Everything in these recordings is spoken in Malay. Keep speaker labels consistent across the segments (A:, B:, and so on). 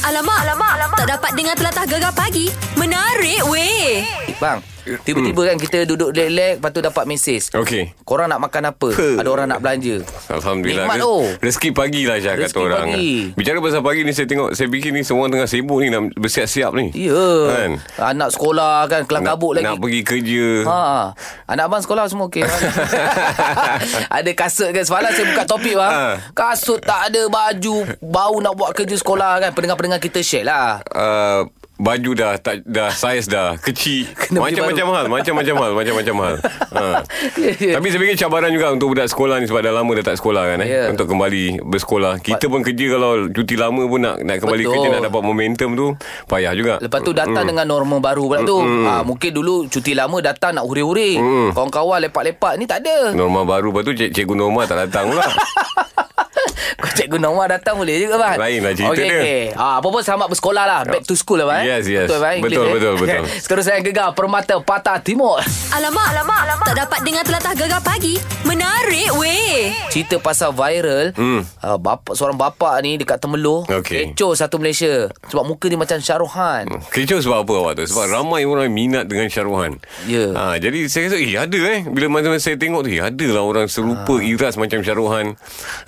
A: Alamak, alamak, alamak. Tak dapat dengar telatah gegar pagi. Menarik weh.
B: Bang, tiba-tiba kan kita duduk lelek, lepas tu dapat mesej.
C: Okey.
B: Korang nak makan apa?
C: Huh.
B: Ada orang nak belanja.
C: Alhamdulillah
B: Nikmat
C: Re-
B: oh.
C: Rezeki pagi lah Syah kata
B: Rezeki
C: orang
B: pagi.
C: Bicara pasal pagi ni Saya tengok Saya fikir ni Semua orang tengah sibuk ni Nak bersiap-siap ni
B: Ya.
C: Kan?
B: Anak sekolah kan kelam
C: Nak,
B: kabut lagi.
C: nak pergi kerja
B: Ha. Anak abang sekolah semua okey. ada kasut kan semalam saya buka topik bang.
C: Ha.
B: Kasut tak ada baju, bau nak buat kerja sekolah kan. Pendengar-pendengar kita share lah.
C: uh, Baju dah tak, Dah saiz dah Kecil
B: Kena beli
C: Macam-macam
B: baru.
C: hal Macam-macam hal Macam-macam hal ha.
B: Ya, ya.
C: Tapi saya fikir cabaran juga Untuk budak sekolah ni Sebab dah lama dah tak sekolah kan eh?
B: Ya.
C: Untuk kembali bersekolah Kita pun kerja Kalau cuti lama pun Nak nak kembali
B: Betul.
C: kerja Nak dapat momentum tu Payah juga
B: Lepas tu
C: Hmm.
B: datang mm. dengan norma baru pula tu. Mm. Ha, mungkin dulu cuti lama datang nak huri-huri. Mm.
C: Hmm.
B: Kawan-kawan lepak-lepak ni tak ada.
C: Norma baru Lepas tu cik, cikgu Norma tak datang pula
B: Kau Cikgu Norma datang boleh juga Abang
C: Lainlah lah cerita
B: Okey,
C: dia.
B: okey. ha, Apa pun selamat bersekolah lah Back to school Abang eh?
C: Yes, yes.
B: Betul Abang
C: Betul,
B: English,
C: betul, betul.
B: Sekarang saya gegar Permata Patah Timur
A: Alamak, alamak, alamak. Tak dapat dengar telatah gegar pagi. Menarik weh.
B: Cerita pasal viral hmm. uh, bapa, Seorang bapa ni dekat Temeloh
C: Okey.
B: Kecoh satu Malaysia Sebab muka dia macam Syaruhan hmm.
C: Kecoh sebab apa awak tu? Sebab ramai orang yang minat dengan Syaruhan.
B: Ya.
C: Ha, jadi saya rasa, eh ada eh. Bila masa-masa saya tengok tu, eh ada lah orang serupa
B: Ah.
C: iras macam Syaruhan.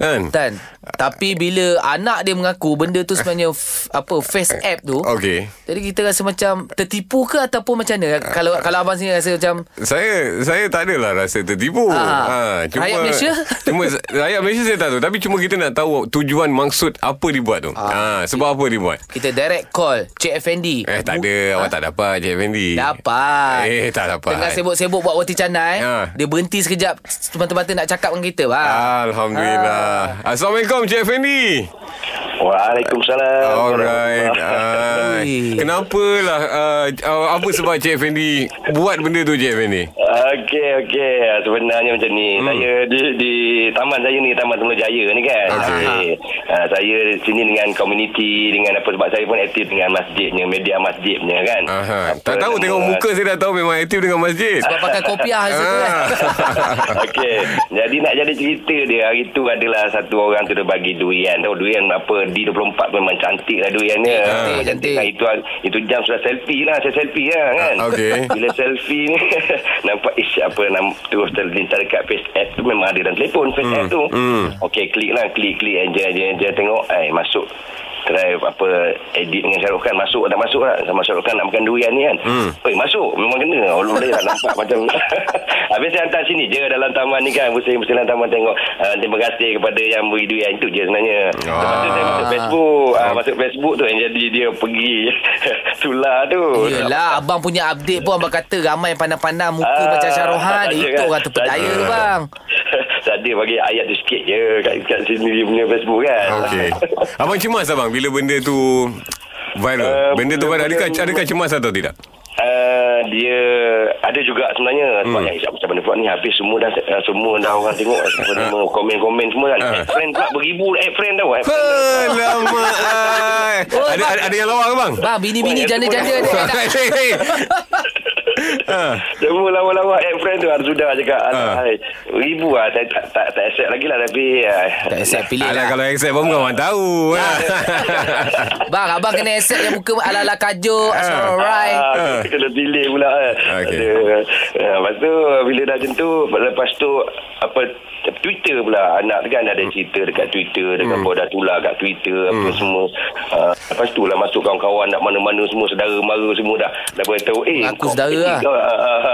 C: Kan?
B: Tan Tapi bila anak dia mengaku Benda tu sebenarnya f- Apa Face app tu
C: Okey.
B: Jadi kita rasa macam Tertipu ke ataupun macam mana Kalau kalau abang sini rasa macam
C: Saya saya tak adalah rasa tertipu. Ha,
B: Ah. Rakyat Malaysia?
C: Cuma rakyat Malaysia saya tak tahu. Tapi cuma kita nak tahu tujuan maksud apa dibuat tu. Ah. Ha, sebab apa dibuat?
B: Kita direct call Cik Effendi
C: Eh tak ada Awak tak dapat Cik Fendi
B: Dapat
C: Eh tak dapat
B: Tengah sibuk-sibuk buat roti canai
D: Ya.
C: Ha.
B: Dia berhenti sekejap Mata-mata nak cakap dengan kita Ha. bang.
D: Ah.
C: Alhamdulillah
B: Ah.
C: Assalamualaikum Cik Fendi
D: Waalaikumsalam.
C: Alright.
D: Warahmatullahi.
C: Ah,
B: Ui.
C: Kenapalah uh, uh, apa sebab Cik Effendi buat benda tu Cik Effendi?
D: Okey okey sebenarnya macam ni hmm. saya di di taman saya ni taman Tunggu Jaya ni kan.
C: Okey.
D: Uh, saya di sini dengan komuniti dengan apa sebab saya pun aktif dengan masjidnya media masjidnya kan.
C: Aha.
D: Apa
C: Tak tahu
D: nama-
C: tengok muka saya dah tahu memang aktif dengan masjid.
B: Sebab pakai kopiah
D: Ah.
B: situ kan
D: Okey. Jadi nak jadi cerita dia hari tu adalah satu orang tu dia bagi durian. Tahu durian apa D24 memang cantik lah duriannya.
B: Cantik,
D: Memang
B: cantik.
D: Nah, itu itu jam sudah selfie lah, saya selfie lah kan.
C: Ah, okey.
D: Bila selfie ni nampak ish apa nam terus terlintas dekat face app tu memang ada dalam telefon face app tu. Okey, klik lah, klik klik enja enja enja tengok eh masuk try apa edit dengan Syahrul Khan masuk tak masuk lah sama Syahrul Khan nak makan durian ni kan hmm. Oi, masuk memang kena Allah dia tak nampak macam habis saya hantar sini je dalam taman ni kan pusing-pusing dalam taman tengok uh, terima kasih kepada yang beri durian itu je sebenarnya lepas tu saya masuk Facebook uh, masuk Facebook tu yang jadi dia pergi tular tu
B: Yelah abang punya update pun Abang kata ramai yang pandang-pandang Muka macam Syarohan
D: Ah, tak ada
B: Itu
D: kan?
B: orang terpedaya
D: Tak
B: tu
D: ada.
B: bang
D: tak ada bagi ayat tu sikit je kat, kat sini dia punya Facebook kan
C: Okey. Abang cemas abang bila benda tu
D: Uh,
C: viral. benda tu viral
D: benda-
C: adakah
D: benda-
C: adakah cemas atau tidak?
D: Uh, dia ada juga sebenarnya sebab hmm. eh, macam mana pula ni habis semua dah uh, semua dah orang tengok apa nama komen-komen semua kan
C: Ah.
D: uh. friend pula beribu eh friend tau eh
B: Oh,
C: Alamak. ai. eh. Ada
B: bang.
C: ada, ada yang lawa ke bang?
B: Bang bini-bini
D: Wah,
B: janda-janda
D: itu
B: ni
D: pun-
B: kan?
C: Hei, hei. Ah.
D: semua lawa-lawa eh friend tu harus sudah cakap
C: Ah.
D: uh. ribu lah saya tak tak, tak accept lagi lah tapi uh,
B: Tak accept pilih
C: Alah
B: lah
C: kalau accept pun bukan orang tahu.
B: Ya, Bang abang kena accept yang muka ala-ala kajo Alright
C: Ah.
D: Ah, kita kena pilih pula eh.
C: Okey.
D: Ada, ah, lepas tu bila dah macam tu lepas tu apa Twitter pula anak tu kan
B: Hmm.
D: ada cerita dekat Twitter dekat hmm. dah tular kat Twitter apa semua Ah, lepas tu lah masuk kawan-kawan nak mana-mana semua saudara mara semua dah dah beritahu eh
B: Mengaku
D: kau
B: saudara
D: petik
B: lah.
D: kau. Ah, ah, ah, ah.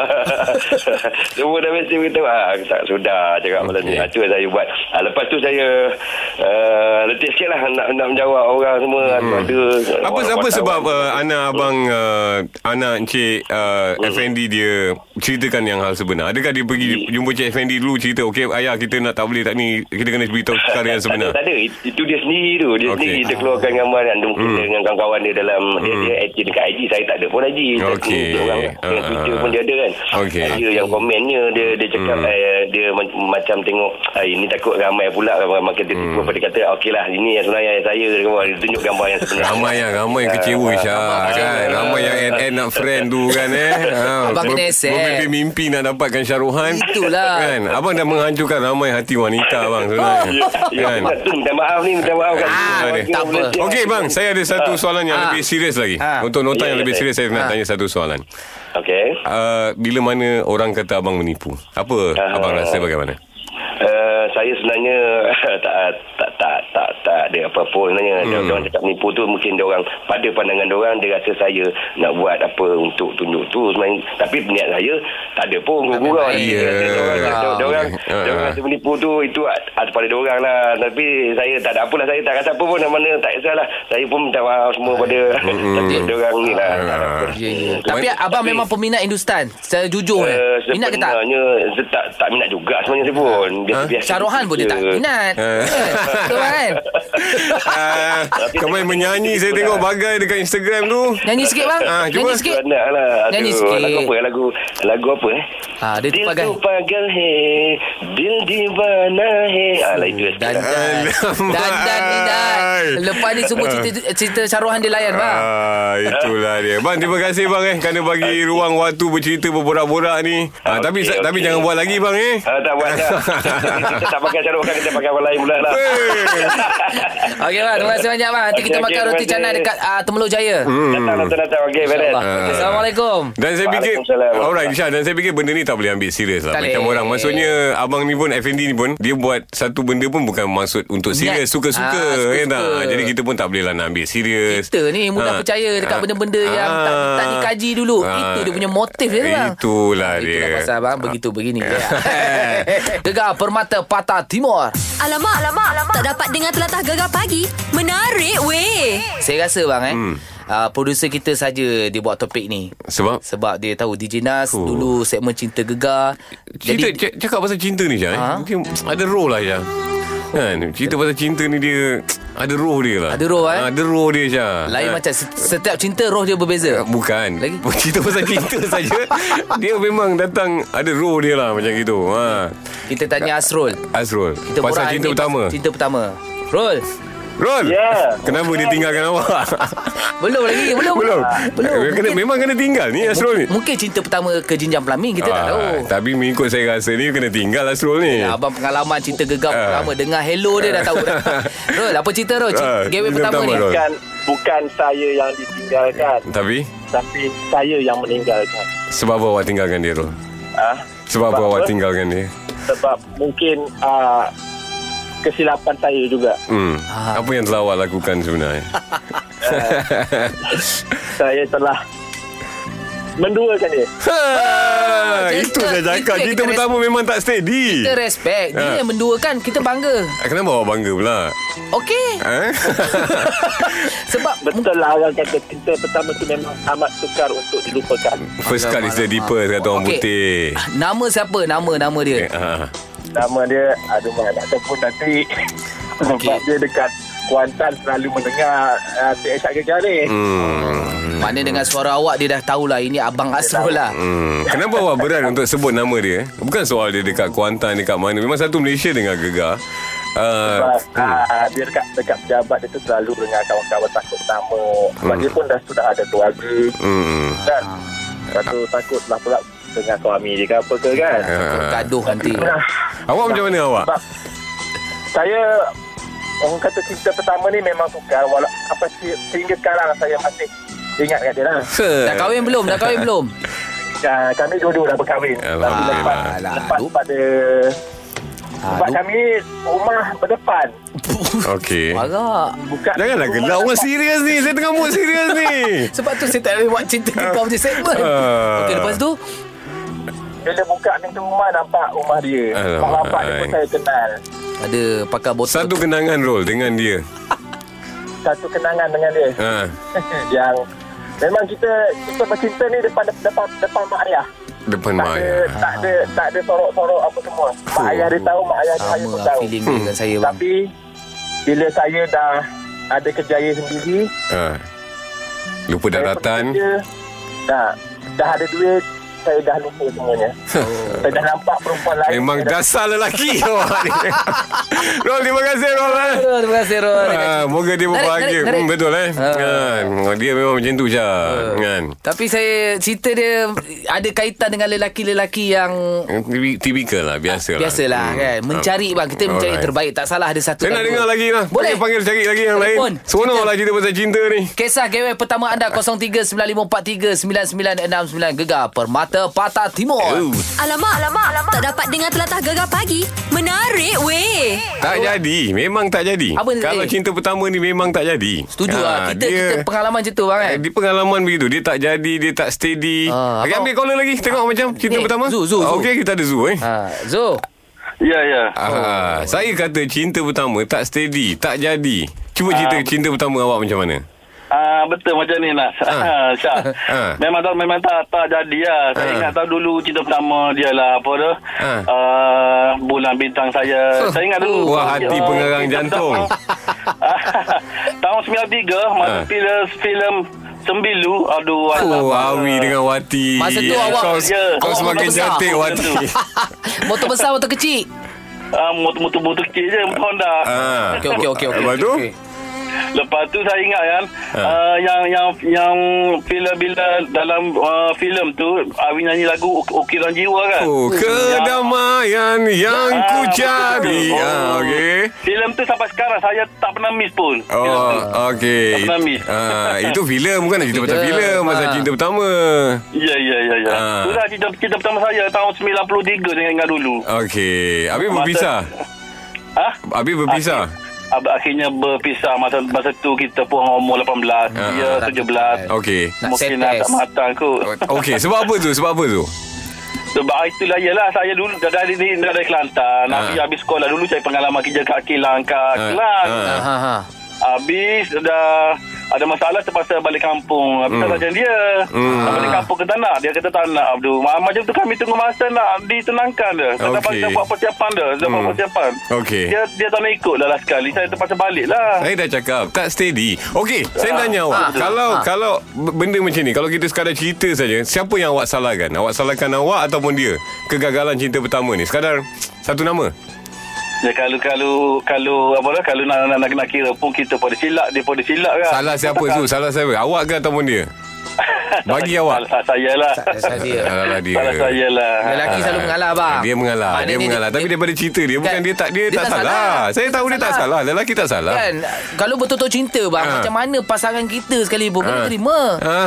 D: semua dah mesti beritahu ah tak sudah cakap malam ni
C: Okey.
D: Ah, tu yang saya buat Ah, lepas tu saya uh, letih sikit lah nak, nak menjawab orang semua
B: Hmm.
D: ada
C: Apa
D: orang
C: apa
D: wartawan.
C: sebab uh, anak abang uh, anak encik uh,
D: Hmm.
C: Effendi dia ceritakan yang hal sebenar? Adakah dia pergi jumpa Cik Effendi dulu cerita okey ayah kita nak tak boleh tak ni kita kena beritahu perkara yang
D: Tak ada,
C: sebenar.
D: tak ada. It- Itu dia sendiri tu. Dia
C: Okey.
D: okay. sendiri dia keluarkan gambar dan mungkin hmm. dengan kawan-kawan dia dalam hmm. dia, dia aktif dekat IG. Saya tak ada pun IG. Saya
C: Okey.
D: tengok Orang
C: Ah,
D: dengan
C: ah,
D: Twitter pun dia ada kan
C: Okey. Hmm.
D: Dia yang komennya Dia dia cakap eh, Dia ma- macam tengok eh, Ini takut ramai pula Makin
C: Hmm.
D: tertipu Lepas dia kata Okey lah ini yang sebenarnya saya Dia kata, Dia tunjuk gambar yang sebenarnya
C: Ramai yang ramai yang
D: Ah,
C: kecewa Syah kan. Ramai yang NN nak friend tu kan eh. Ha,
B: Abang kena
C: ber-
B: accept.
C: Bermimpi-mimpi nak dapatkan Syaruhan.
B: Itulah. Oh.
C: Kan? Abang dah menghancurkan ramai hati wanita bang sebenarnya.
D: Ya, ya,
C: kan.
D: minta- tu minta maaf ni minta maaf kat
B: Ah,
D: warga
B: tak apa.
D: Malaysia.
C: Okey bang, saya ada satu soalan yang
B: Ah.
C: lebih serius lagi.
B: Ah.
C: Untuk nota
D: Ya,
C: yang
D: ya,
C: lebih
D: saya-
C: serius saya nak
B: Ah.
C: tanya satu soalan.
D: Okey.
C: Uh, bila mana orang kata abang menipu? Apa
D: Ah.
C: abang rasa bagaimana?
D: Uh, saya sebenarnya tak tak tak tak tak ada apa-apa sebenarnya. Hmm. Dia orang cakap menipu tu mungkin dia orang pada pandangan dia orang dia rasa saya nak buat apa untuk tunjuk tu sebenarnya. Tapi niat saya tak ada pun gurau.
B: baik.
D: Dia rasa dia orang
B: Ya.
D: dia- dia orang
C: Ah.
D: dia orang rasa menipu tu itu atas pada dia orang lah. Tapi saya tak ada apalah saya tak rasa apa pun mana tak kisahlah. Saya pun minta maaf semua pada dia orang ni lah. Tak ada apa.
B: Ah, hmm. Ya, ya. Tapi abang memang peminat Hindustan. Saya jujur.
D: Eh,
B: eh. Minat ke tak?
D: Sebenarnya saya tak, tak minat juga sebenarnya saya pun. Biasa-biasa.
B: Syarohan pun dia tak
D: Ya.
B: minat.
C: Eh.
B: Betul kan?
C: Ah, kau main menyanyi saya tengok bagai dekat Instagram tu.
B: Nyanyi sikit bang.
C: Ah, cuba.
B: Nyanyi sikit.
D: Nak lah. Aduh,
B: Nyanyi sikit.
D: Lagu apa? Lagu lagu apa eh?
B: Ah, dia tu pagal.
D: Dil tu pagal he. Dil di mana he. Alah itu.
B: Dan dan
C: Alamak.
B: dan dan ni dan. Lepas ni semua cerita cerita Syarohan dia layan bang.
C: Ah, itulah dia. Bang, terima kasih bang eh kerana bagi ruang waktu bercerita berborak-borak ni. Ah,
D: Okey,
C: tapi
D: okey.
C: tapi jangan buat lagi bang eh.
D: Ah, tak buat dah. kita tak pakai syarokan. Kita pakai apa lain pula lah.
C: Ah.
B: Okey bang, terima kasih banyak bang. Nanti
D: Okey,
B: kita
D: okey,
B: makan roti
D: terima
B: canai
D: kasih.
B: dekat ah, Temeluk Jaya.
D: Datang, datang, datang. Okey, beres.
B: InsyaAllah.
C: Hmm. Ah.
B: Assalamualaikum.
C: Dan saya fikir
D: Waalaikumsalam.
C: Alright Syah Dan saya fikir benda ni tak boleh ambil serius lah
B: Tak
C: Macam
B: boleh.
C: orang Maksudnya Abang ni pun Effendi ni pun Dia buat satu benda pun Bukan maksud untuk
B: Niat.
C: serius Suka-suka
B: Ah,
C: ah,
B: suka-suka.
C: kan tak? Jadi kita pun tak boleh lah nak ambil serius
B: Kita ni
C: Ah.
B: mudah percaya dekat benda-benda yang tak- tak dikaji dulu. Itu dia punya motif dia, bang.
C: Itulah dia Ah.
B: Itulah pasal abang begitu begini. ya. Gegar Permata Patah Timur.
A: Alamak, alamak, alamak. Tak dapat dengar telatah gegar pagi. Menarik weh.
B: Saya rasa bang eh. Hmm. Uh, producer kita saja dia buat topik ni.
C: Sebab
B: Sebab dia tahu DJ Nas
C: Oh.
B: dulu segmen Cinta Gegar.
C: Cinta,
B: Jadi
C: c- cakap pasal cinta ni Syah eh?
B: Ha?
C: Dia Ada roh lah Syah Kan Cerita pasal cinta ni dia Ada roh dia lah
B: Ada roh, eh?
C: Ada roh dia Syah
B: lain
C: Ha.
B: macam se- setiap cinta roh dia berbeza.
C: Bukan
B: Lagi?
C: Cerita pasal cinta saja Dia memang datang Ada roh dia lah Macam gitu ha.
B: Kita tanya Asrul.
C: Azrul
B: Kita
C: Pasal
B: borak
C: cinta
B: ni
C: utama
B: pasal Cinta pertama. Rul.
C: Rol
D: Ya.
C: Kenapa dia tinggalkan awak
B: Belum lagi, belum.
C: Belum
B: Belum.
C: kena, Memang kena tinggal ni Azrul ni
B: Mungkin cinta pertama ke jenjang pelamin kita tak tahu.
C: Ah, Tapi mengikut saya rasa ni Kena tinggal Azrul ni
B: Ya, abang pengalaman cinta gegap
C: Ah.
B: pertama dengar hello dia dah tahu dah. Rul, apa cerita Rul?
C: Ah,
B: Cinta, gateway
C: cinta
B: pertama,
C: pertama,
B: ni.
C: Rul.
E: bukan bukan saya yang ditinggalkan
C: Tapi
E: tapi saya yang meninggalkan
C: Sebab apa awak tinggalkan dia Rol
E: ah
C: Sebab apa
E: Sebab
C: awak
E: apa?
C: tinggalkan dia
E: sebab mungkin ah, kesilapan saya juga
C: Hmm.
B: Ah.
C: Apa yang telah awak lakukan sebenarnya?
E: saya telah menduakan dia
C: ha,
B: macam
C: itu
B: tu.
C: saya
B: Itu
C: cakap.
B: yang
C: Kita
B: Ah, kita
C: pertama memang tak steady.
B: Kita respect. Dia
C: Ah.
B: yang menduakan, kita bangga.
C: Ah, Kenapa awak bangga pula?
B: Okey.
C: Ha?
B: Sebab
E: betul lah orang kata cinta pertama tu memang amat sukar untuk dilupakan
C: First cut is the deepest kata orang
B: Okey.
C: putih.
B: nama siapa? Nama nama
C: Eh,
B: dia.
C: ah.
E: nama dia aduh mana nak sebut nanti sebab dia dekat Kuantan selalu mendengar uh, Esak Gegar ni
C: Hmm.
B: Mana dengan suara awak dia dah tahulah ini abang Asrul lah.
C: Hmm. Kenapa awak berat untuk sebut nama dia? Bukan soal dia dekat Kuantan, dekat mana. Memang satu Malaysia dengan gegar. Uh,
E: Sebab ah, dia dekat, dekat pejabat dia tu selalu dengan kawan-kawan takut sama Sebab dia pun dah sudah ada keluarga
C: hmm.
E: kan Lepas tu takutlah pula dengan suami dia ke apa ke kan
C: Ah.
B: Gaduh nanti.
E: Nah,
C: Awak macam mana awak?
E: sebab saya orang kata cinta pertama ni memang sukar wala, apa se- sehingga sekarang saya masih ingat kat dia lah
B: Dah kahwin belum? Dah kahwin belum?
E: Ah, kami dua-dua dah berkahwin tapi
C: Alhamdulillah.
E: lepas,
B: Alah,
E: lepas
B: aduh.
E: pada sebab
B: Aduh.
E: kami rumah berdepan
C: Okey.
B: Marah.
E: bukan
C: Janganlah
E: rumah
C: gelak Orang serius ni Saya tengah mood serius ni
B: Sebab tu saya tak boleh buat cerita gegap macam segmen.
C: Ah.
B: Okey, lepas tu?
E: Bila buka pintu rumah Nampak rumah dia
C: Alamak.
E: Mak bapak dia pun saya kenal
B: Ada pakai botol.
C: Satu kenangan roll Dengan dia
E: Satu kenangan dengan dia
C: ha.
E: Yang Memang kita Kita bercinta ni Depan depan, depan mak lah. ayah
C: Depan
E: tak
C: mak
E: ada,
C: ayah
E: tak ada Tak ada sorok-sorok Apa semua Mak ayah dia tahu Mak ayah saya
B: sama
E: pun
B: lah
E: tahu
B: feeling dia dengan saya bang.
E: Tapi Bila saya dah Ada kerjaya sendiri
C: ha. Lupa daratan
E: saya pergi kerja, Dah Dah ada duit saya dah lupa semuanya. saya dah nampak perempuan lain.
C: Memang
E: saya
C: dasar lelaki awak ni. Rol, terima kasih Rol. Eh.
B: Rul, Terima kasih Rul
C: Ah, moga dia berbahagia.
B: narik, narik.
C: Hmm, betul eh.
B: Ah.
C: Kan. Dia memang macam tu je.
B: Ha.
C: Kan.
B: Tapi saya Cerita dia Ada kaitan dengan lelaki-lelaki yang
C: Tipi- Tipikal lah Biasalah
B: Biasalah
C: Hmm.
B: kan Mencari bang Kita mencari
C: Alright.
B: terbaik Tak salah ada satu
C: Saya
B: dan
C: nak
B: dua.
C: dengar lagi lah
B: Boleh
C: Saya panggil cari lagi yang
B: Telefon.
C: lain Seronok lah cerita pasal cinta ni
B: Kisah gawe pertama anda 0395439969 Gegar Permata Patah Timur.
C: Oh,
A: Alamak, alamak, alamak. Tak dapat dengar telatah gegar pagi. Menarik weh.
C: Tak jadi Memang tak jadi
B: Apa ni?
C: Kalau
B: Eh.
C: cinta pertama ni Memang tak jadi
B: Setuju
C: Ah,
B: lah. Kita,
C: dia-
B: kita pengalaman macam tu bang kan.
C: Eh, Di pengalaman begitu Dia tak jadi Dia tak steady
B: Ah, Eh,
C: uh, okay,
B: abang-
C: Ambil caller lagi Tengok macam Cerita
B: Ni,
C: pertama
B: Zu, Zu, Zu.
C: Okey kita ada Zu eh
B: Ha, Zo.
F: Ya, ya.
C: Ah, Saya kata cinta pertama Tak steady Tak jadi Cuba cerita
B: Ah.
C: cinta pertama awak macam mana
F: Ah betul macam ni lah.
C: Ah.
F: Ah. Syah.
C: Ah.
F: Memang tak memang tak tak jadi lah. Saya
C: Ah.
F: ingat tahu dulu cinta pertama dia lah apa tu.
C: Ah.
F: Ah, bulan bintang saya. Saya ingat dulu.
C: Wah, hati
F: Ah,
C: pengarang
F: cinta
C: jantung.
F: pertama. Ah, Tahun 93 masa
C: Ah.
F: filem filem Sembilu aduh
C: Oh,
F: alamak.
C: Awi dengan Wati.
B: Masa tu
C: Kau-
B: awak-
F: Ya.
C: Kau
B: awak
C: semakin
B: besar.
C: cantik, Wati.
B: motor besar motor kecil.
F: Ah, motor-motor kecil je Honda.
C: Ah.
B: Okey okey okey okey.
C: Lepas tu?
B: okey.
F: Lepas tu saya ingat kan
C: Ha.
F: uh, yang yang yang bila bila dalam uh, filem tu Awi nyanyi lagu U- Ukiran Jiwa kan.
C: Oh, kedamaian yang
F: Ah,
C: ku
F: betul,
C: cari.
F: betul.
C: Ah, okey.
F: Filem tu sampai sekarang saya tak pernah miss pun. Filem
C: Oh,
F: tu.
C: okey.
F: Ya. Tak pernah miss.
C: Ah, itu filem bukan nak cerita pasal
B: Filem.
C: filem, pasal
B: Ah.
C: cinta pertama.
F: Ya ya ya ya.
C: Ha.
F: Itulah cerita, cerita pertama saya tahun 93 dengan ingat dulu.
C: Okey. Habis
F: Masa-
C: berpisah.
F: Ha?
C: Habis berpisah.
F: Ab- akhirnya berpisah masa masa tu kita pun umur 18,
C: Ha.
F: dia 17.
C: Okey.
B: Nak
F: Mungkin
B: set
F: dah tak
B: test.
F: matang kot.
C: Okey, sebab apa tu? Sebab apa tu?
F: Sebab ah, itulah ialah saya dulu dah dari ni dah dari Kelantan.
C: Ha.
F: Habis habis sekolah dulu saya pengalaman kerja kat kilang kat
C: Ha.
F: Kelang.
C: Ha.
B: Ha ha.
F: Habis dah ada masalah terpaksa balik kampung. Habis tak macam dia. Hmm. Balik kampung ke tanah. Dia kata tak nak Abdul. Ma- Macam tu kami tunggu masa nak ditenangkan dia. Tak dapat
C: Okey.
F: okay. buat persiapan dia. Dia buat
C: Hmm.
F: persiapan.
C: Okey.
F: Dia dia tak nak ikut lah, lah sekali. Saya terpaksa balik lah.
C: Saya dah cakap Tak steady Okey Saya tanya awak
B: betul.
C: Kalau
B: Ah.
C: kalau b- Benda macam ni Kalau kita sekadar cerita saja Siapa yang awak salahkan Awak salahkan awak Ataupun dia Kegagalan cinta pertama ni Sekadar Satu nama
F: Dia kalau kalau kalau apa lah kalau nak nak, nak, nak kira pun kita pada silap dia pada silap kan.
C: Salah siapa tu Salah siapa Awak ke ataupun dia Bagi awak
F: Salah saya lah.
B: Saya dia.
C: Salah dia
F: Salah saya lah.
B: Lelaki
C: Ah.
B: selalu mengalah Ah, bang.
C: Dia mengalah Dia,
B: Maknanya
C: mengalah Tapi daripada cerita dia Bukan
B: Kan,
C: dia tak Dia, tak, salah. Saya tahu dia tak salah Lelaki tak salah
B: Kan Kalau betul-betul cinta bang
C: lah. Ha.
B: Macam mana pasangan kita sekali pun
C: Ha.
B: Kena terima
C: Ha.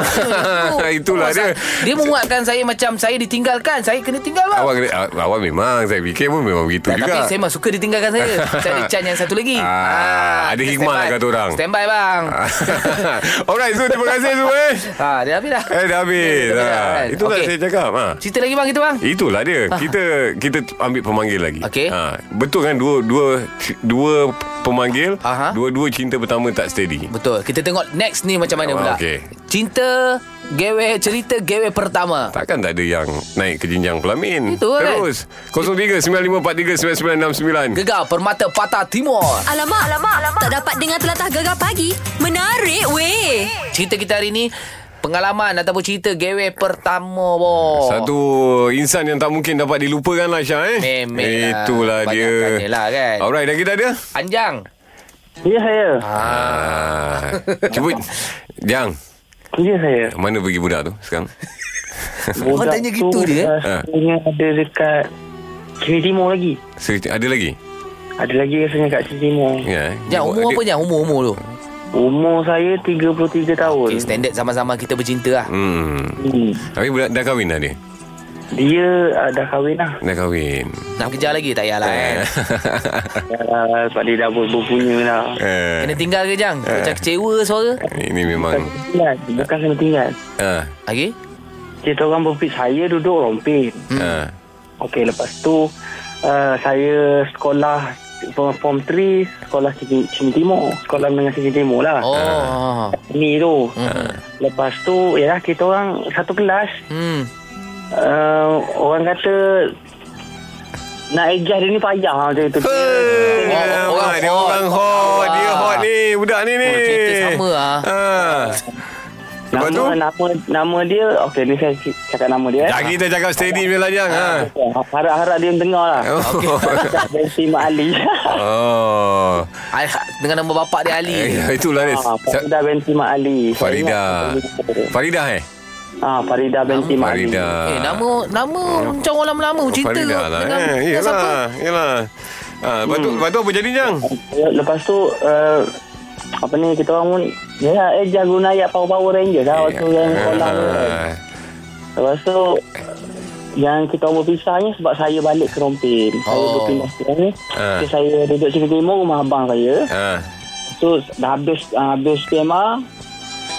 B: Itu.
C: Itulah dia.
B: Dia menguatkan saya macam Saya ditinggalkan Saya kena tinggal bang
C: Awak, kena- awak memang Saya fikir pun memang begitu
B: Tak,
C: juga
B: Ya, tapi saya memang suka ditinggalkan saya. saya ada Chan yang satu lagi.
C: Ah, ada
B: kita
C: hikmah
B: standby.
C: lah kata orang. Ah.
B: Stand by bang.
C: Alright Zul Terima kasih Zul eh
B: ha, dah habis dah.
C: Eh dah
B: Dah
C: habis
B: habis
C: ha.
B: dah, kan?
C: Itulah
B: Okey.
C: saya cakap ha.
B: Cerita lagi bang kita bang.
C: Itulah dia Kita kita ambil pemanggil lagi
B: Okey.
C: ha. Betul kan dua Dua dua pemanggil
B: Aha.
C: Dua-dua cinta pertama tak steady
B: Betul. Kita tengok next ni macam mana
C: Ah,
B: pula.
C: okey.
B: Cinta gewe cerita gewe pertama.
C: Takkan tak ada yang naik ke jenjang pelamin
B: Itu kan?
C: Terus 03-9543-9969
B: Gegar Permata Patah Timur.
A: Alamak, alamak, alamak. Tak dapat dengar telatah gegar pagi. Menarik weh.
B: Cerita kita hari ni pengalaman ataupun cerita gewe pertama boh.
C: Satu insan yang tak mungkin dapat dilupakan lah Syah eh
B: Memang lah.
C: Itulah
B: Banyakkan je
C: dia
B: lah, kan?
C: Alright dah kita ada
B: Anjang.
E: Ya saya.
C: ah. Cuba Jang
E: Ya saya.
C: Mana pergi budak tu sekarang?
B: Orang tanya gitu
E: tu,
B: dia, eh?
E: ah, Sebenarnya ada dekat Sini Timur lagi.
C: So, ada lagi?
E: Ada lagi rasanya kat Sini Timur.
C: Ya.
B: Jang umur apa Jang? Umur-umur tu.
E: Umur saya 33 tahun.
B: Okay, standard sama-sama kita bercinta lah.
C: Hmm.
E: Hmm.
C: Tapi budak dah kahwin dah dia?
E: Dia uh, dah kahwin lah.
C: Dah kahwin.
B: Nak kejar lagi tak payahlah kan.
C: Eh.
E: Uh, sebab dia dah ber- berpunya lah.
C: eh.
B: Kena tinggal ke Jang? Macam kecewa suara.
C: Ini memang
E: Tinggal. Bukan kena tinggal.
C: ah
B: Okey.
E: Dia orang berpik. Saya duduk rompin.
B: Hmm.
C: ah
E: Okey, lepas tu uh, saya sekolah form, form 3, sekolah Sini, Sini Timur. Sekolah menengah Sini Timur lah.
B: Oh.
E: Ni tu. Lepas tu, yalah kita orang satu kelas.
B: Hmm.
E: Uh, orang kata nak adjust dia ni payah macam tu.
C: Eh,
B: orang
C: dia
B: hot.
C: orang hot. Dia
B: Ah. lah.
C: hot ni. Budak ni ni.
B: Oh, cerita sama, ah.
C: Ah. Lepas tu?
G: Nama, nama, nama dia Okey ni saya cakap nama dia eh.
C: Dah kita cakap steady punya lajang. Ha.
G: Harap-harap dia mendengar lah
C: Oh.
G: Bensi Mak Ali
C: Ah, oh.
B: Ah, Dengan nama bapak dia Ali.
C: Eh, itulah ni.
G: Ah,
C: Sa-
G: Farida binti Mak Ali Saya
C: Farida.
G: ingat-
C: Faridah eh?
G: Ah, Farida binti Mak Ali
C: Farida.
B: Eh, nama nama macam orang lama-lama cinta.
C: Farida lah.
B: dengan-
C: Eh,
B: dengan siapa?
C: yelah. Yelah. Ha, lepas, tu, lepas tu apa jadi, Jang?
G: Hmm. Lepas tu uh, Apa ni kita orang pun Ya eh jago naik Power Power Ranger lah Waktu yang
C: Eh.
G: kolam tu kan.
C: Ah.
G: Lepas tu yang kita orang berpisahnya sebab saya balik ke Rompin. Saya
B: Oh.
G: berpindah ke sini.
C: Ah.
G: So, saya duduk sini timur rumah abang saya.
C: Ah.
G: So dah habis uh, habis PMA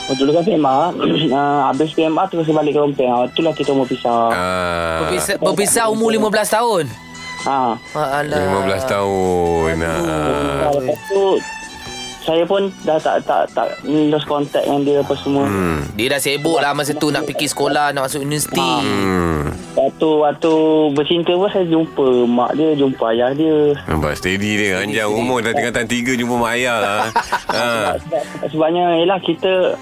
G: Oh, dulu kan PMA uh, Habis PMA terus balik ke Rompin uh, Itulah kita orang berpisah
C: Ah.
B: Berpisah, berpisah umur 15 tahun.
G: ha.
B: Ah, Alah.
C: 15 tahun. Ah.
G: Lepas tu Saya pun dah tak tak tak Lost contact dengan dia apa semua hmm.
B: Dia dah sibuk lah masa tu nak pergi sekolah, nak masuk universiti.
C: Hmm.
G: Waktu waktu bercinta pun saya jumpa mak dia, jumpa ayah dia.
C: Nampak steady dia Anjang umur dah tingkatan 3 Jumpa mak ayah lah ha.
G: Sebab, sebabnya ialah kita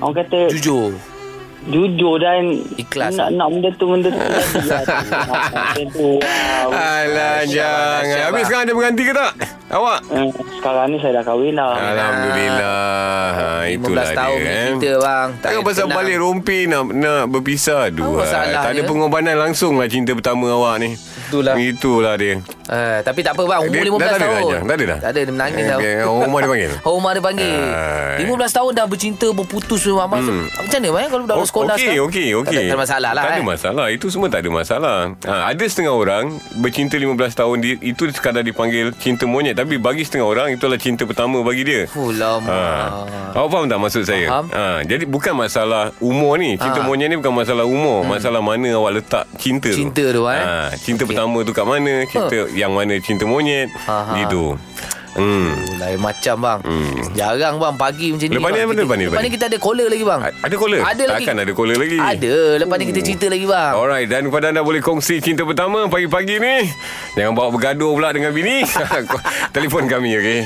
G: orang kata jujur,
B: Jujur.
G: jujur dan
B: Ikhlas.
G: nak nak benda tu benda tu jadi lah. Macam tu. Wow.
C: Alah Anjang
B: Syabas,
C: Habis
B: syabas.
C: sekarang ada penganti ke tak? Awak?
G: Eh, Sekarang ni saya dah kahwin
C: Ah.
G: lah.
C: Alhamdulillah ha,
B: 15
C: Itulah dia
B: tahun
C: eh.
B: kita bang.
C: Takkan pasal
B: tenang.
C: balik rompi nak, nak berpisah dua.
B: masalah
C: tak ada
B: dia.
C: pengorbanan langsung lah cinta pertama awak ni.
B: Itulah.
C: Itulah dia.
B: Eh, tapi tak apa bang,
C: Dia-
B: umur 15
C: dah tak ada
B: tahun.
C: dah, Jang? Tak ada dah?
B: Tak ada, dia menangis
C: Eh,
B: tau.
C: biar orang rumah dia panggil?
B: Orang rumah dia panggil.
C: Hai.
B: 15 tahun dah bercinta, berputus semua mama.
C: Hmm.
B: Macam mana bang kalau budak
C: Oh,
B: sekolah
C: Okey,
B: sekarang?
C: okey, okey.
B: Tak, tak ada masalah lah.
C: Tak ada
B: eh.
C: masalah. Itu semua tak ada masalah. Ha, ada setengah orang bercinta 15 tahun dia itu sekadar dipanggil cinta monyet tapi bagi setengah orang itulah cinta pertama bagi dia.
B: Fuh, lama.
C: Ha. Awak faham tak maksud saya?
B: Faham.
C: Ha, jadi bukan masalah umur ni. Cinta
B: Ha.
C: monyet ni bukan masalah umur. Masalah mana awak letak cinta,
B: Hmm. Cinta
C: tu.
B: tu, eh?
C: Ha, cinta pertama tu kat mana? Cinta yang mana cinta monyet.
B: Ha, ha.
C: Gitu. Hmm.
B: Oh, lain macam bang hmm. Jarang bang Pagi macam ni
C: Lepas ni
B: bang.
C: apa,
B: Kita-
C: lepas ni, lepas
B: Lepas ni
C: ni?
B: kita ada caller lagi bang
C: A- Ada caller?
B: Ada lagi
C: Takkan ada caller lagi? Hmm. Oh.
B: Ada Lepas ni kita cerita lagi bang
C: Alright Dan kepada anda boleh kongsi Cinta pertama Pagi-pagi ni Jangan bawa bergaduh pula Dengan bini Telefon kami okay?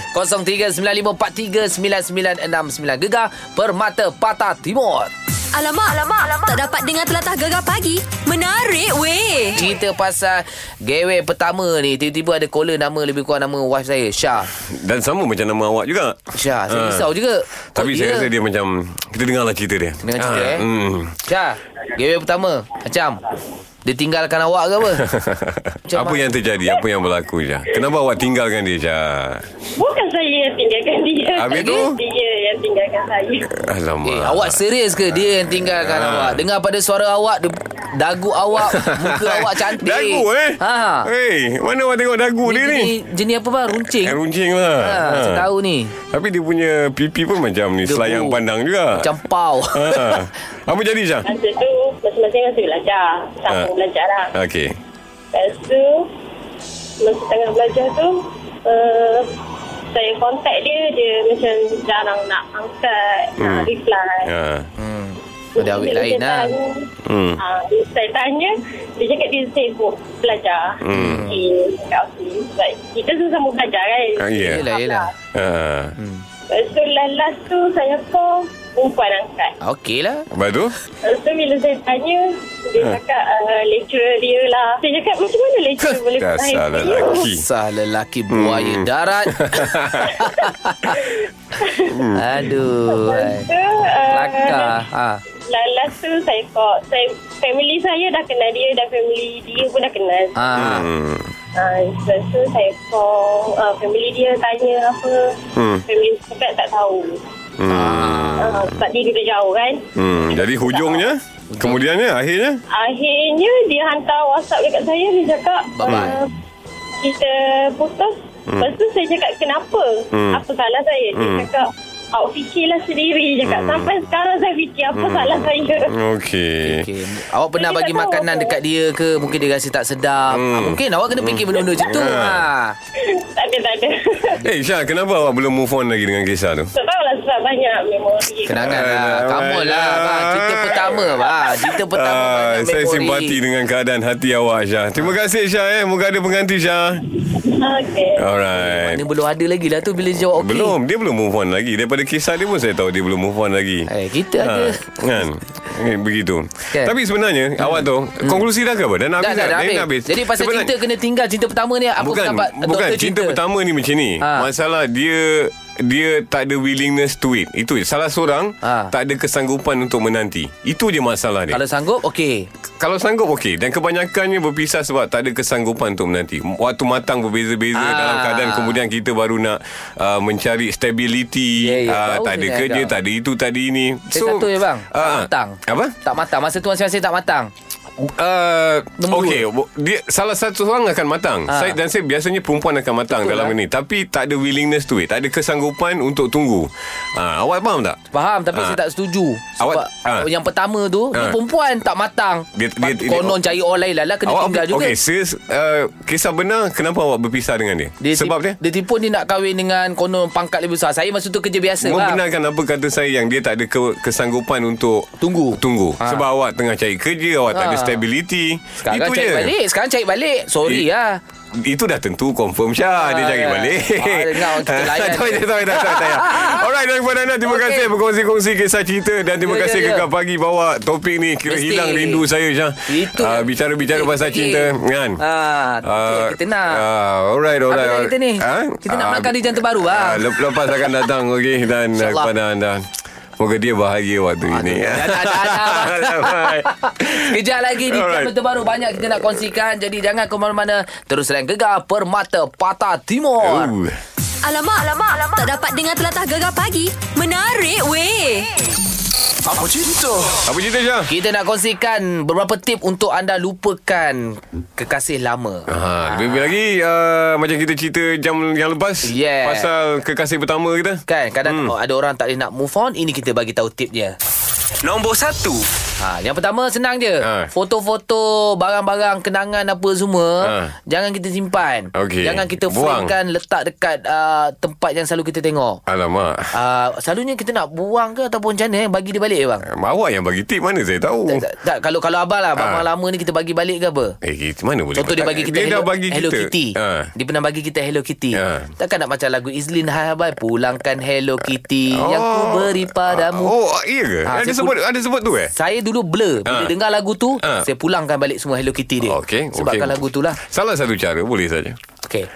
B: 0395439969 Gegar Permata Patah Timur
A: Alamak, alamak, alamak. Tak dapat dengar telatah gegar pagi. Menarik weh.
B: Cerita pasal Gewe pertama ni Tiba-tiba ada caller Nama lebih kurang nama wife saya Syah
C: Dan sama macam nama awak juga
B: Syah Ya, Saya
C: Ah.
B: risau juga Oh, ya.
C: Tapi saya rasa dia macam Kita dengarlah cerita dia
B: Dengar cerita,
C: Ah,
B: eh?
C: hmm.
B: Syah Gewe pertama Macam Dia tinggalkan awak ke apa Macam
C: Apa
B: mana?
C: yang terjadi Apa yang berlaku Syah Kenapa awak tinggalkan dia Syah
H: Bukan saya yang tinggalkan dia.
C: Habis tu?
H: Dia yang tinggalkan saya.
C: Alamak
B: Eh, awak serius ke dia yang tinggalkan
C: Ah.
B: awak? Dengar pada suara awak, de- dagu awak, muka awak cantik.
C: Dagu eh
B: Ha.
C: Hey, Mana awak tengok dagu
B: Ni
C: dia ni
B: jenis, jenis apa bang? Runcing.
C: Eh, Runcing lah
B: Ha,
C: Ha.
B: saya tahu ni.
C: Tapi dia punya pipi pun macam ni
B: Debu.
C: Selayang pandang juga
B: Macam pau.
C: ha. Apa jadi Syah
H: Masa tu, masing-masing masa belajar. Sama
C: Ah.
H: belajar lah.
C: Okey
H: Lepas tu, masa tengah belajar tu, uh, saya kontak dia, dia macam jarang nak angkat,
C: Hmm.
H: nak reply.
C: Ha.
B: Ada awet
H: Saya
B: lain lah.
H: tanya,
C: Hmm.
H: ah, saya tanya, dia cakap dia sibuk belajar. Hmm. Okay, cakap okay. Sebab kita sama belajar kan.
C: Ah, ya.
B: Yelah, yelah.
C: Ha.
H: Lepas tu last, last tu saya call perempuan angkat.
B: Okey lah.
C: Lepas tu?
H: Lepas tu bila saya tanya, dia
C: Ha.
H: cakap uh, lecturer dia lah. Saya cakap macam mana lecturer boleh
C: Dasar
H: saya?
C: lelaki.
B: Sah lelaki buaya
C: Hmm.
B: darat. Aduh.
H: Lepas tu, uh,
B: Kelakar. Ha.
H: last, last tu saya call. Saya, family saya dah kenal dia dan family dia pun dah kenal.
B: Ha.
C: Hmm.
H: Uh, lepas tu saya call uh, family dia tanya apa.
C: Hmm.
H: Family dia cakap tak tahu.
B: Ah.
C: Hmm.
H: Uh, sebab dia duduk jauh kan.
C: Hmm. Jadi hujungnya, kemudiannya, akhirnya?
H: Akhirnya dia hantar WhatsApp dekat saya dia cakap
B: Bye-bye.
H: Uh, kita putus. Hmm. Lepas tu saya cakap kenapa?
C: Hmm.
H: Hmm. Apa salah saya? Dia
C: Hmm.
H: cakap awak fikirlah sendiri dia cakap hmm. sampai sekarang saya fikir apa hmm. salah saya.
C: Okey.
B: Okay. Awak pernah
H: Saya
B: bagi
H: tak tahu
B: makanan
H: apa.
B: dekat dia ke? Mungkin dia rasa tak sedap.
C: Hmm.
B: Ha, mungkin awak kena fikir benda-benda macam tu.
C: Ha.
B: Ha.
H: tak ada tak ada.
C: Eh, Syah, kenapa awak belum move on lagi dengan kisah tu?
H: Tak tahulah sebab banyak memori.
B: Kenangan lah
C: Alah,
B: Kamu lah
C: alah.
B: bang. Cerita pertama bang. Cerita pertama
C: ya. Ah,
B: banyak
C: saya
B: memori. Ah.
C: simpati dengan keadaan hati awak Syah. Terima kasih Syah eh. Moga ada pengganti Syah.
H: Okey.
C: Alright.
B: Mana belum ada lagi lah tu Bila jawab okey
C: Belum, dia belum move on lagi. Daripada kisah dia pun saya tahu dia belum move on lagi.
B: Eh, kita ada.
C: Kan? Eh, begitu.
B: Kan? Hmm.
C: Tapi sebenarnya awak tu konklusi dah ke apa? Dah nak
B: Dah,
C: habis
B: dah, dah, habis.
C: nak habis.
B: Jadi pasal
C: Sebenarnya-
B: cinta kena tinggal Cinta pertama ni Apa
C: bukan
B: pendapat
C: bukan
B: doktor
C: cinta, pertama ni macam ni.
B: Ha.
C: Masalah dia dia tak ada willingness to it. Itu je. salah seorang
B: Ha.
C: tak ada kesanggupan untuk menanti. Itu je masalah dia.
B: Kalau sanggup okey
C: Kalau sanggup okey dan kebanyakannya berpisah sebab tak ada kesanggupan untuk menanti. Waktu matang berbeza-beza
B: Ah.
C: dalam keadaan kemudian kita baru nak uh, mencari stability,
B: Ya, ya,
C: Ah,
B: tahu
C: tak ada
B: saya
C: kerja,
B: agak.
C: tak ada itu, tak ada ini.
B: Saya satu je bang Tak
C: ah,
B: matang
C: Apa?
B: Tak matang Masa tu masing-masing tak matang
C: Uh,
B: Nombor
C: Okey, bo- dia salah satu orang akan matang.
B: Ah.
C: Saya dan saya biasanya perempuan akan matang
B: Betul
C: dalam
B: lah.
C: ini, tapi tak ada willingness to it, tak ada kesanggupan untuk tunggu. Ah, awak faham tak?
B: Faham Tapi
C: Ah.
B: saya tak setuju Sebab
C: Awak- ah.
B: Yang pertama tu Dia
C: Ah.
B: perempuan tak matang
C: Dia- dia- dia-
B: Konon cari orang lain lah lah Kena tinggal juga
C: Okey, sis, uh, kisah benar kenapa awak berpisah dengan dia?
B: dia
C: Sebab
B: tip-
C: dia
B: Dia tipu dia nak kahwin dengan Konon pangkat lebih besar Saya masa tu kerja biasa lah. bang.
C: Membenarkan apa kata saya yang dia tak ada ke, kesanggupan untuk
B: Tunggu.
C: tunggu.
B: Ah.
C: Sebab awak tengah cari kerja, awak tak ada
B: Ah.
C: stability.
B: Sekarang
C: Itu
B: cari
C: je.
B: balik Sekarang cari balik Sorry
C: Eh,
B: lah
C: Itu dah tentu confirm Syah Dia
B: Ah,
C: cari
B: ya.
C: balik
B: Ah, dengar orang kita layan
C: Tak
B: je.
C: payah tak payah tak payah, tak payah Alright daripada Ana Terima
B: Okey.
C: kasih berkongsi-kongsi kisah cerita Dan terima
B: Ya, ya,
C: kasih
B: ya.
C: Kekal Pagi bawa topik ni Kira
B: Mesti.
C: hilang rindu saya Syah
B: Itu
C: Ah,
B: yang-
C: Bicara-bicara
B: Eh,
C: pasal
B: eh.
C: cinta Kan
B: Ah, tu yang kita nak.
C: ah, Alright
B: Apa dah
C: alright alright.
B: kita ni?
C: Ah?
B: Kita nak
C: Ah,
B: melangkah di jantung baru, bang.
C: ah, lep- Lepas akan datang okey Dan ah,
B: InsyaAllah.
C: kepada anda Moga dia bahagia waktu ini
B: Ada, ada, ada.
C: Alright.
B: Sekejap lagi di Alright.
C: Alright.
B: terbaru banyak kita nak kongsikan. Jadi jangan ke mana-mana. Terus layan gegar Permata Patah Timur.
C: Ooh.
A: Alamak, alamak, alamak. Tak dapat dengar telatah gegar pagi. Menarik weh.
I: Apa cerita?
C: Apa cerita Syah?
B: Kita nak kongsikan beberapa tip untuk anda lupakan kekasih lama.
C: Ha, lebih-lebih lagi uh, macam kita cerita jam yang lepas
B: Yeah.
C: pasal kekasih pertama kita.
B: Kan kadang hmm. oh, ada orang tak boleh nak move on Ini kita bagi tahu tip dia
I: Nombor satu.
B: ha, Yang pertama senang je
C: Ha.
B: Foto-foto Barang-barang Kenangan apa semua
C: Ha.
B: Jangan kita simpan
C: Okey.
B: Jangan kita
C: Buang.
B: framekan Letak dekat uh, Tempat yang selalu kita tengok
C: Alamak.
B: uh, Selalunya kita nak buang ke Ataupun macam mana eh? Bagi dia balik bang
C: Um, Awak yang bagi tip mana saya tahu.
B: Tak, tak, tak kalau kalau abang lah abang
C: Ah.
B: lama ni kita bagi balik ke apa?
C: Eh, kita mana boleh
B: Contoh dia
C: tak-
B: bagi kita
C: dia
B: Hello,
C: dah bagi
B: Hello
C: kita.
B: Kitty.
C: Ha.
B: Dia pernah bagi kita Hello Kitty.
C: Ah.
B: Takkan nak macam lagu Izlin Hai Hai Pulangkan Hello Kitty
C: Oh.
B: yang ku beri padamu.
C: Oh, iya ke?
B: Ah,
C: ada
B: saya
C: sebut
B: pun-
C: ada sebut tu eh?
B: Saya dulu blur Bila
C: Ah.
B: dengar lagu tu
C: Ah.
B: Saya pulangkan balik semua Hello Kitty dia
C: Okey, okey.
B: Sebabkan lagu tu lah
C: Salah satu cara boleh saja.
B: okay.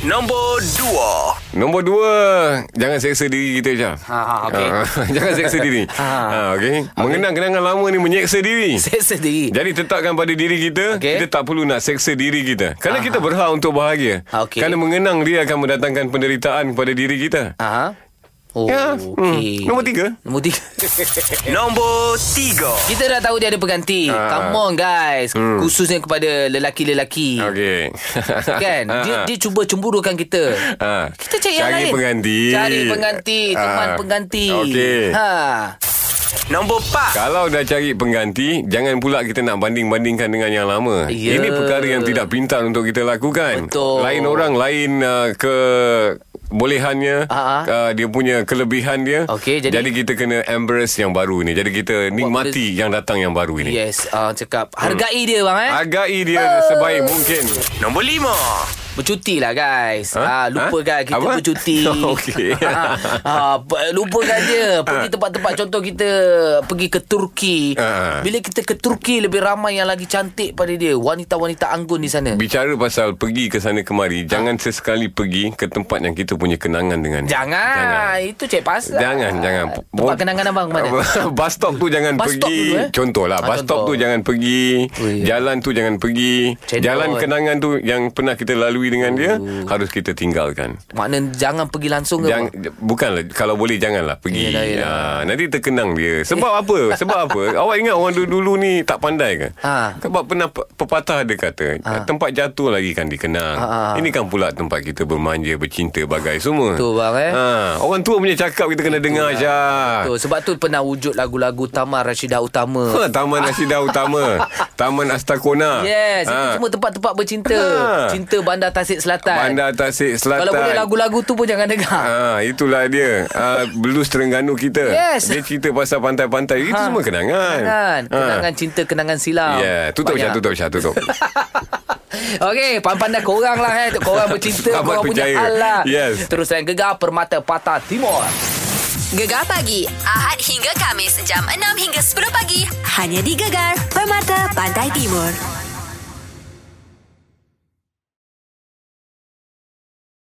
I: Nombor dua.
C: Nombor dua, jangan seksa diri kita Syah.
B: Ha, ha, okey.
C: Ah, jangan seksa diri.
B: Ha.
C: Ha, okey. Mengenang kenangan lama ni menyeksa diri.
B: Saya sendiri
C: Jadi tetapkan pada diri kita okay.
B: Okey.
C: Kita tak perlu nak seksa diri kita Kerana Aha. kita berhak untuk bahagia
B: Okey.
C: Kerana mengenang dia akan mendatangkan penderitaan kepada diri kita
B: Aha. Oh,
C: Ya,
B: okey.
C: hmm. Nombor tiga.
B: Nombor tiga
I: Nombor tiga.
B: Kita dah tahu dia ada pengganti
C: Ah.
B: Come on guys Khususnya kepada lelaki-lelaki
C: Hmm. Okey
B: Kan dia, dia cuba cemburukan kita
C: Ha.
B: Kita cari yang
C: Cari
B: lain
C: pengganti.
B: Cari pengganti Teman
C: Ah.
B: pengganti
C: Okey.
B: ha.
I: Nombor empat.
C: Kalau dah cari pengganti Jangan pula kita nak banding-bandingkan dengan yang lama
B: Ya.
C: Ini perkara yang tidak pintar untuk kita lakukan
B: Betul.
C: Lain orang, lain uh, ke bolehannya
B: Ah, ah.
C: uh, dia punya kelebihan dia
B: Okey, jadi-
C: jadi kita kena embrace yang baru ni jadi kita nikmati yang datang yang baru ini
B: Yes uh, Cakap Hargai dia bang eh
C: Hargai dia sebaik mungkin.
I: Nombor lima.
B: Bercuti lah guys
C: Ha?
B: ha? Lupakan
C: Ha?
B: kita
C: Apa?
B: bercuti
C: Okey.
B: ha, pe- Lupakan je Pergi tempat-tempat Contoh kita Pergi ke Turki
C: Ha.
B: Bila kita ke Turki Lebih ramai yang lagi cantik pada dia Wanita-wanita anggun di sana
C: Bicara pasal pergi ke sana kemari, jangan sesekali pergi ke tempat yang kita punya kenangan dengan dia.
B: Jangan, Itu cik pasal
C: Jangan, jangan.
B: Tempat kenangan abang mana
C: bus stop tu jangan
B: Bus
C: pergi.
B: stop dulu, eh?
C: Contohlah,
B: Ah,
C: bus stop
B: contoh.
C: tu jangan pergi.
B: Oh, ya.
C: Jalan tu jangan pergi.
B: Cendol. Oh.
C: Jalan kenangan tu yang pernah kita lalui dengan dia, harus kita tinggalkan.
B: Makna jangan pergi langsung ke
C: Jangan,
B: bang?
C: bukanlah kalau boleh janganlah pergi.
B: Yelah, yelah.
C: Ha, nanti terkenang dia. Sebab apa? Sebab apa? Awak ingat orang dulu-dulu ni tak pandai ke?
B: Ha.
C: Sebab pernah pe- pepatah ada kata, tempat jatuh lagi kan dikenang.
B: Ha, ha, ha.
C: Ini kan pula tempat kita bermanja, bercinta bagai semua.
B: Betul, bang, eh?
C: Ha, orang tua punya cakap kita kena dengar je.
B: Betul, sebab tu pernah wujud lagu-lagu Taman Rashidah Utama.
C: Ha, Taman Nasidah Utama Taman Astakona
B: Yes, itu
C: Ha.
B: semua tempat-tempat bercinta.
C: Ha.
B: Cinta bandar Tasik Selatan.
C: Bandar Tasik Selatan.
B: Kalau boleh lagu-lagu tu pun jangan dengar.
C: Ah, itulah dia. Ah, blues Terengganu kita.
B: Yes.
C: Dia cerita pasal pantai-pantai. Itu
B: Ha.
C: semua kenangan.
B: Kenangan.
C: Ah.
B: Kenangan cinta, kenangan silam.
C: Ya, yeah. tutup
B: Banyak.
C: Syah, tutup Syah, tutup.
B: Okey, pandai-pandai korang lah eh. Korang bercinta,
C: Amat
B: korang punya
C: percaya.
B: alat.
C: Yes.
B: Terus saya gegar Permata Patah Timur.
A: Gegar pagi Ahad hingga Kamis jam 6 hingga 10 pagi hanya di Gegar Permata Pantai Timur.